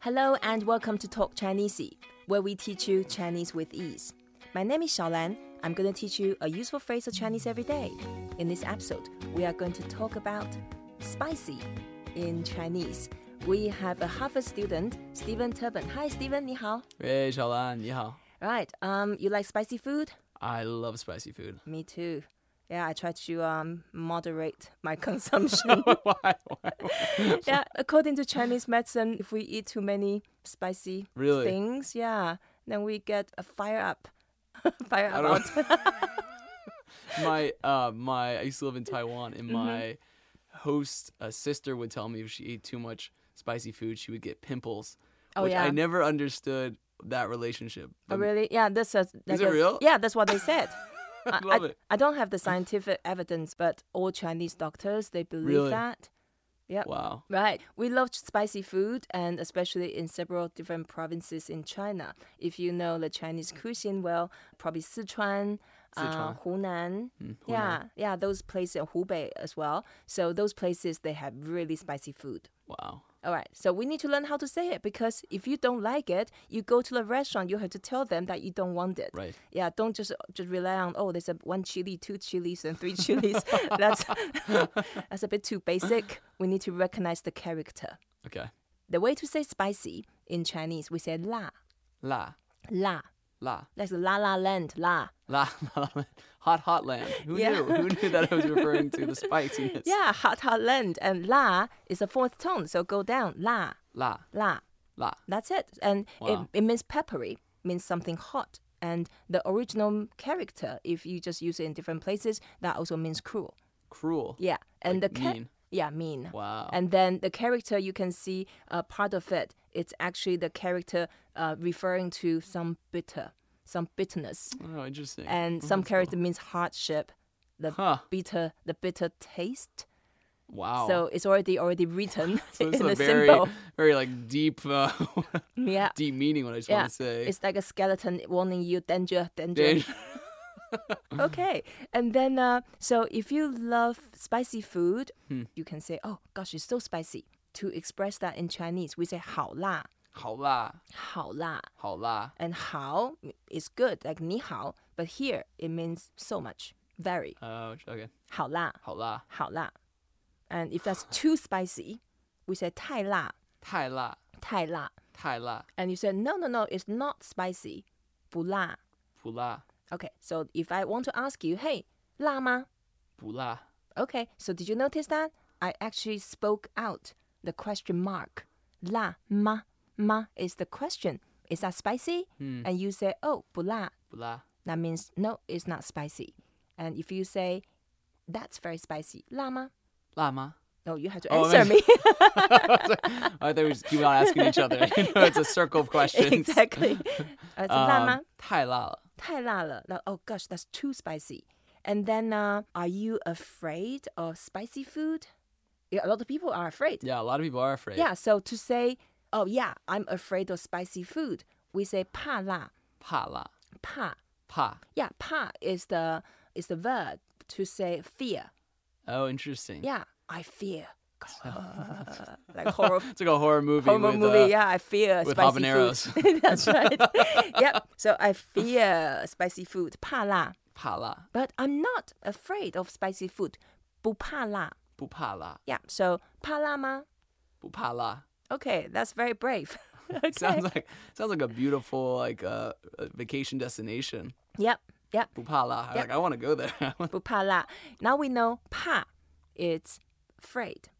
Hello and welcome to Talk Chinesey, where we teach you Chinese with ease. My name is Xiaolan. I'm going to teach you a useful phrase of Chinese every day. In this episode, we are going to talk about spicy in Chinese. We have a Harvard student, Stephen Turban. Hi, Stephen. 你好. Hey, Shalan, 你好. Right. Um, you like spicy food? I love spicy food. Me too. Yeah, I try to um, moderate my consumption. why, why, why? yeah, according to Chinese medicine, if we eat too many spicy Really? things, yeah, then we get a fire up. fire I up. don't- out. My, uh, my, I used to live in Taiwan, and Mm-hmm. my host uh, sister would tell me if she ate too much spicy food, she would get pimples. Oh, which yeah. I never understood that relationship. Oh, but really? Yeah, that's a. like it a- real? Yeah, that's what they said. I, Love I, it. I don't have the scientific evidence, but all Chinese doctors they believe Really? that. Yep. Wow. Right. We love spicy food, and especially in several different provinces in China. If you know the Chinese cuisine well, probably Sichuan, Uh, Sichuan. Hunan. Yeah, yeah, those places, and Hubei as well. So those places, they have really spicy food. Wow. All right, so we need to learn how to say it because if you don't like it, you go to the restaurant, you have to tell them that you don't want it. Right. Yeah, don't just just rely on oh, there's a one chili, two chilies, and three chilies. that's that's a bit too basic. We need to recognize the character. Okay. The way to say spicy in Chinese, we say la La, la. la, That's la la land la. la, la, la. hot, hot land. Who Yeah. knew? Who knew that I was referring to the spiciness? Yeah, hot hot land and la is a fourth tone, so go down la La, la. la. That's it. And Wow. it, it means peppery, means something hot. And the original character, if you just use it in different places, that also means cruel. Cruel. Yeah. And Like the cha- mean. Yeah, mean. Wow. And then the character, you can see uh, part of it. It's actually the character uh, referring to some bitter, some bitterness. Oh, interesting. And some character means hardship, the Mm-hmm. Huh. bitter, the bitter taste. Wow. So it's already already written Oh. So it's in a the very, symbol. very like deep, uh, Yeah. deep meaning. What I just Yeah, want to say. it's like a skeleton warning you danger, danger. Dan- okay, and then uh, so if you love spicy food, Hmm. you can say, "Oh gosh, it's so spicy." To express that in Chinese, we say 好辣,好辣, and 好 is good, like 你好, but here it means so much, very Oh, okay. 好辣,好辣. And if that's too spicy, we say 太辣,太辣. And you say, "No, no, no, it's not spicy, 不辣." Okay, so if I want to ask you, hey, 辣吗? Okay, so did you notice that? I actually spoke out the question mark. 辣吗? Ma is the question. Is that spicy? And you say, oh, 不辣. That means, no, it's not spicy. And if you say, that's very spicy, 辣吗? No, you have to Oh, answer me. I thought we just keep on asking each other. You know, it's a circle of questions. Um, exactly. Uh, so, 辣吗?太辣了.太辣了. Like, oh gosh, that's too spicy. And then, uh, are you afraid of spicy food? Yeah, a lot of people are afraid. Yeah, a lot of people are afraid. Yeah, so to say, oh yeah, I'm afraid of spicy food, we say 怕辣,怕辣.怕.怕. Yeah, 怕 is the is the verb to say fear. Oh, interesting. Yeah, I fear. like horror It's like a horror movie. horror with, movie. uh, yeah, I fear with spicy food. habaneros. That's right. yep. So I fear spicy food, 怕辣.怕辣, But I'm not afraid of spicy food, 不怕辣.不怕辣, Yeah, so 怕辣吗?不怕辣. Okay, that's very brave. okay. Sounds like sounds like a beautiful like uh, uh, vacation destination. Yep, yep. Bupala. Like I want to go there. Bupala. Now we know pa, it's afraid,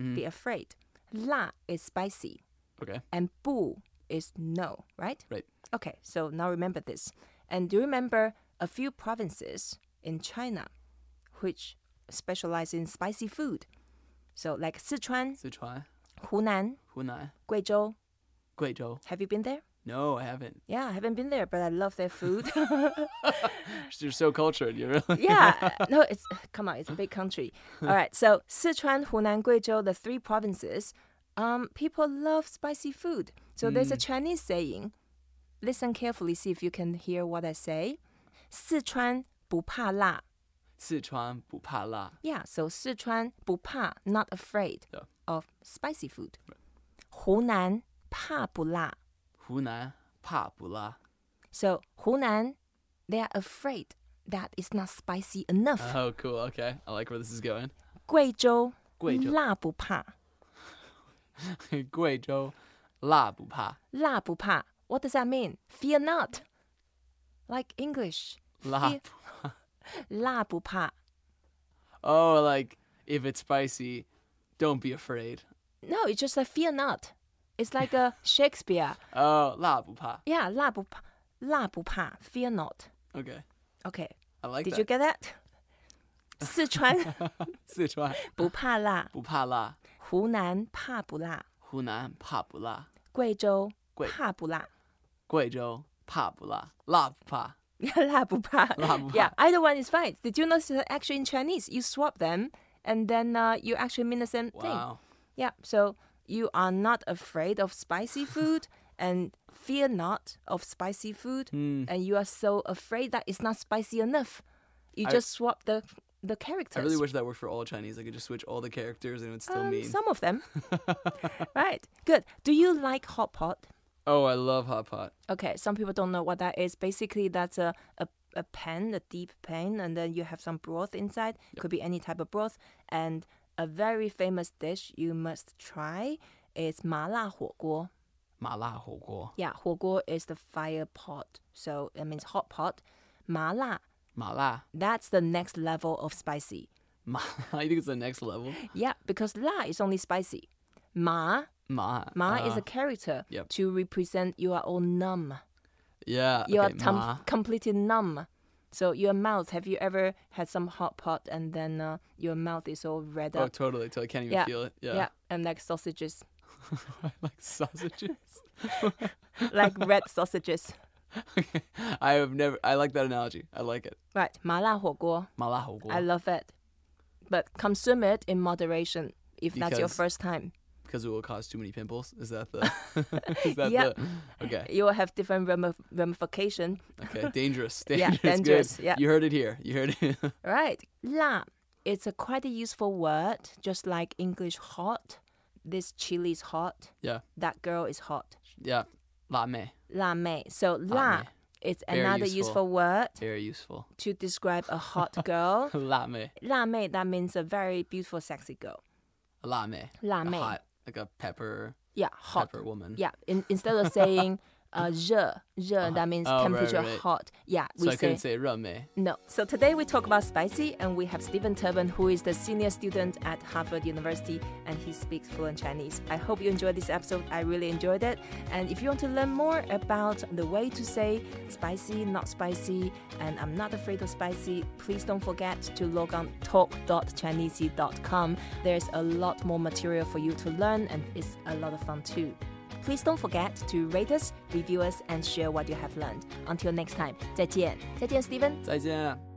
Mm. be afraid. La is spicy, okay. and bu is no, right? Right. Okay, so now remember this. And do you remember a few provinces in China which specialize in spicy food? So, like Sichuan, Sichuan, Hunan, Hunan, Guizhou. Guizhou. Have you been there? No, I haven't. Yeah, I haven't been there, but I love their food. You're so cultured. You really. yeah, no, it's come on, it's a big country. All right, so Sichuan, Hunan, Guizhou, the three provinces, um, people love spicy food. So there's a Chinese saying. Listen carefully, see if you can hear what I say. Sichuan 不怕辣. Sichuan, Bupala. Yeah, so Sichuan 不怕, not afraid Yeah. of spicy food. Hunan 怕不辣。 Hunan pa bu la. So Hunan, they are afraid that it's not spicy enough. Oh, cool. Okay, I like where this is going. 贵州贵州辣不怕， Guizhou la bu pa. 辣不怕。What does that mean? Fear not. Like English. 辣 fear- 辣不怕。 Oh, like if it's spicy, don't be afraid. No, it's just a fear not. It's like a Shakespeare. Oh, la bu pa. Yeah, 辣不怕，辣不怕，fear not. Okay, Okay, I like did that. you get that? 四川 Sichuan 不怕辣， bu pa la. 湖南怕不辣， Hunan pa bu la. 贵州贵怕不辣， Guizhou pa bu la. La bu pa. 辣不怕。辣不怕 Yeah, either one is fine. Did you notice that actually in Chinese you swap them and then uh, you actually mean the same thing? Wow. Yeah, so you are not afraid of spicy food and fear not of spicy food, Hmm. and you are so afraid that it's not spicy enough. You just swap the the characters. I really wish that worked for all Chinese. I could just switch all the characters and it would still Um, mean. some of them. right, good. Do you like hot pot? Oh, I love hot pot. Okay, some people don't know what that is. Basically, that's a, a, a pan, a deep pan, and then you have some broth inside. Could be any type of broth. And a very famous dish you must try is 麻辣火锅. Mala guo. Yeah, 火锅 is the fire pot. So it means hot pot. 麻辣, Mala. that's the next level of spicy. Ma. I think it's the next level. Yeah, because 辣 is only spicy. 麻, Ma. 麻 uh, is a character yep. to represent you are all numb. Yeah. you are okay, tum- ma. completely numb. So your mouth, have you ever had some hot pot and then uh, your mouth is all red Oh, up? totally. Till I can't even Yeah. feel it. Yeah. and like sausages, like sausages. like red sausages. okay. I have never. I like that analogy. I like it. Right, 麻辣火锅, Mala guo. I love it. But consume it in moderation if that's your Because- first time. because it will cause too many pimples. Is that the? is that Yeah. the? Okay. You will have different rami- ramification. Okay. Dangerous. Yeah, Dangerous. dangerous, Good. yeah. You heard it here. You heard it. Right, 辣, it's a quite a useful word, just like English hot. This chili is hot, yeah. that girl is hot. Yeah. La me. 辣妹. So 辣辣妹. is Very another useful. useful word Very useful. to describe a hot girl. La me. 辣妹 that means a very beautiful, sexy girl. La me. La A me. Hot. Like a pepper. Yeah, hot. Pepper woman. Yeah, in, instead of saying uh, 热,热 that means Oh, right, temperature right. hot. Yeah, So we I say, couldn't say ra me. no. So today we talk about spicy, and we have Stephen Turban, who is the senior student at Harvard University, and he speaks fluent Chinese. I hope you enjoyed this episode. I really enjoyed it. And if you want to learn more about the way to say spicy, not spicy, and I'm not afraid of spicy, please don't forget to log on talk.chinese.com. There's a lot more material for you to learn, and it's a lot of fun too. Please don't forget to rate us, review us, and share what you have learned. Until next time, 再见，再见，Steven。再见。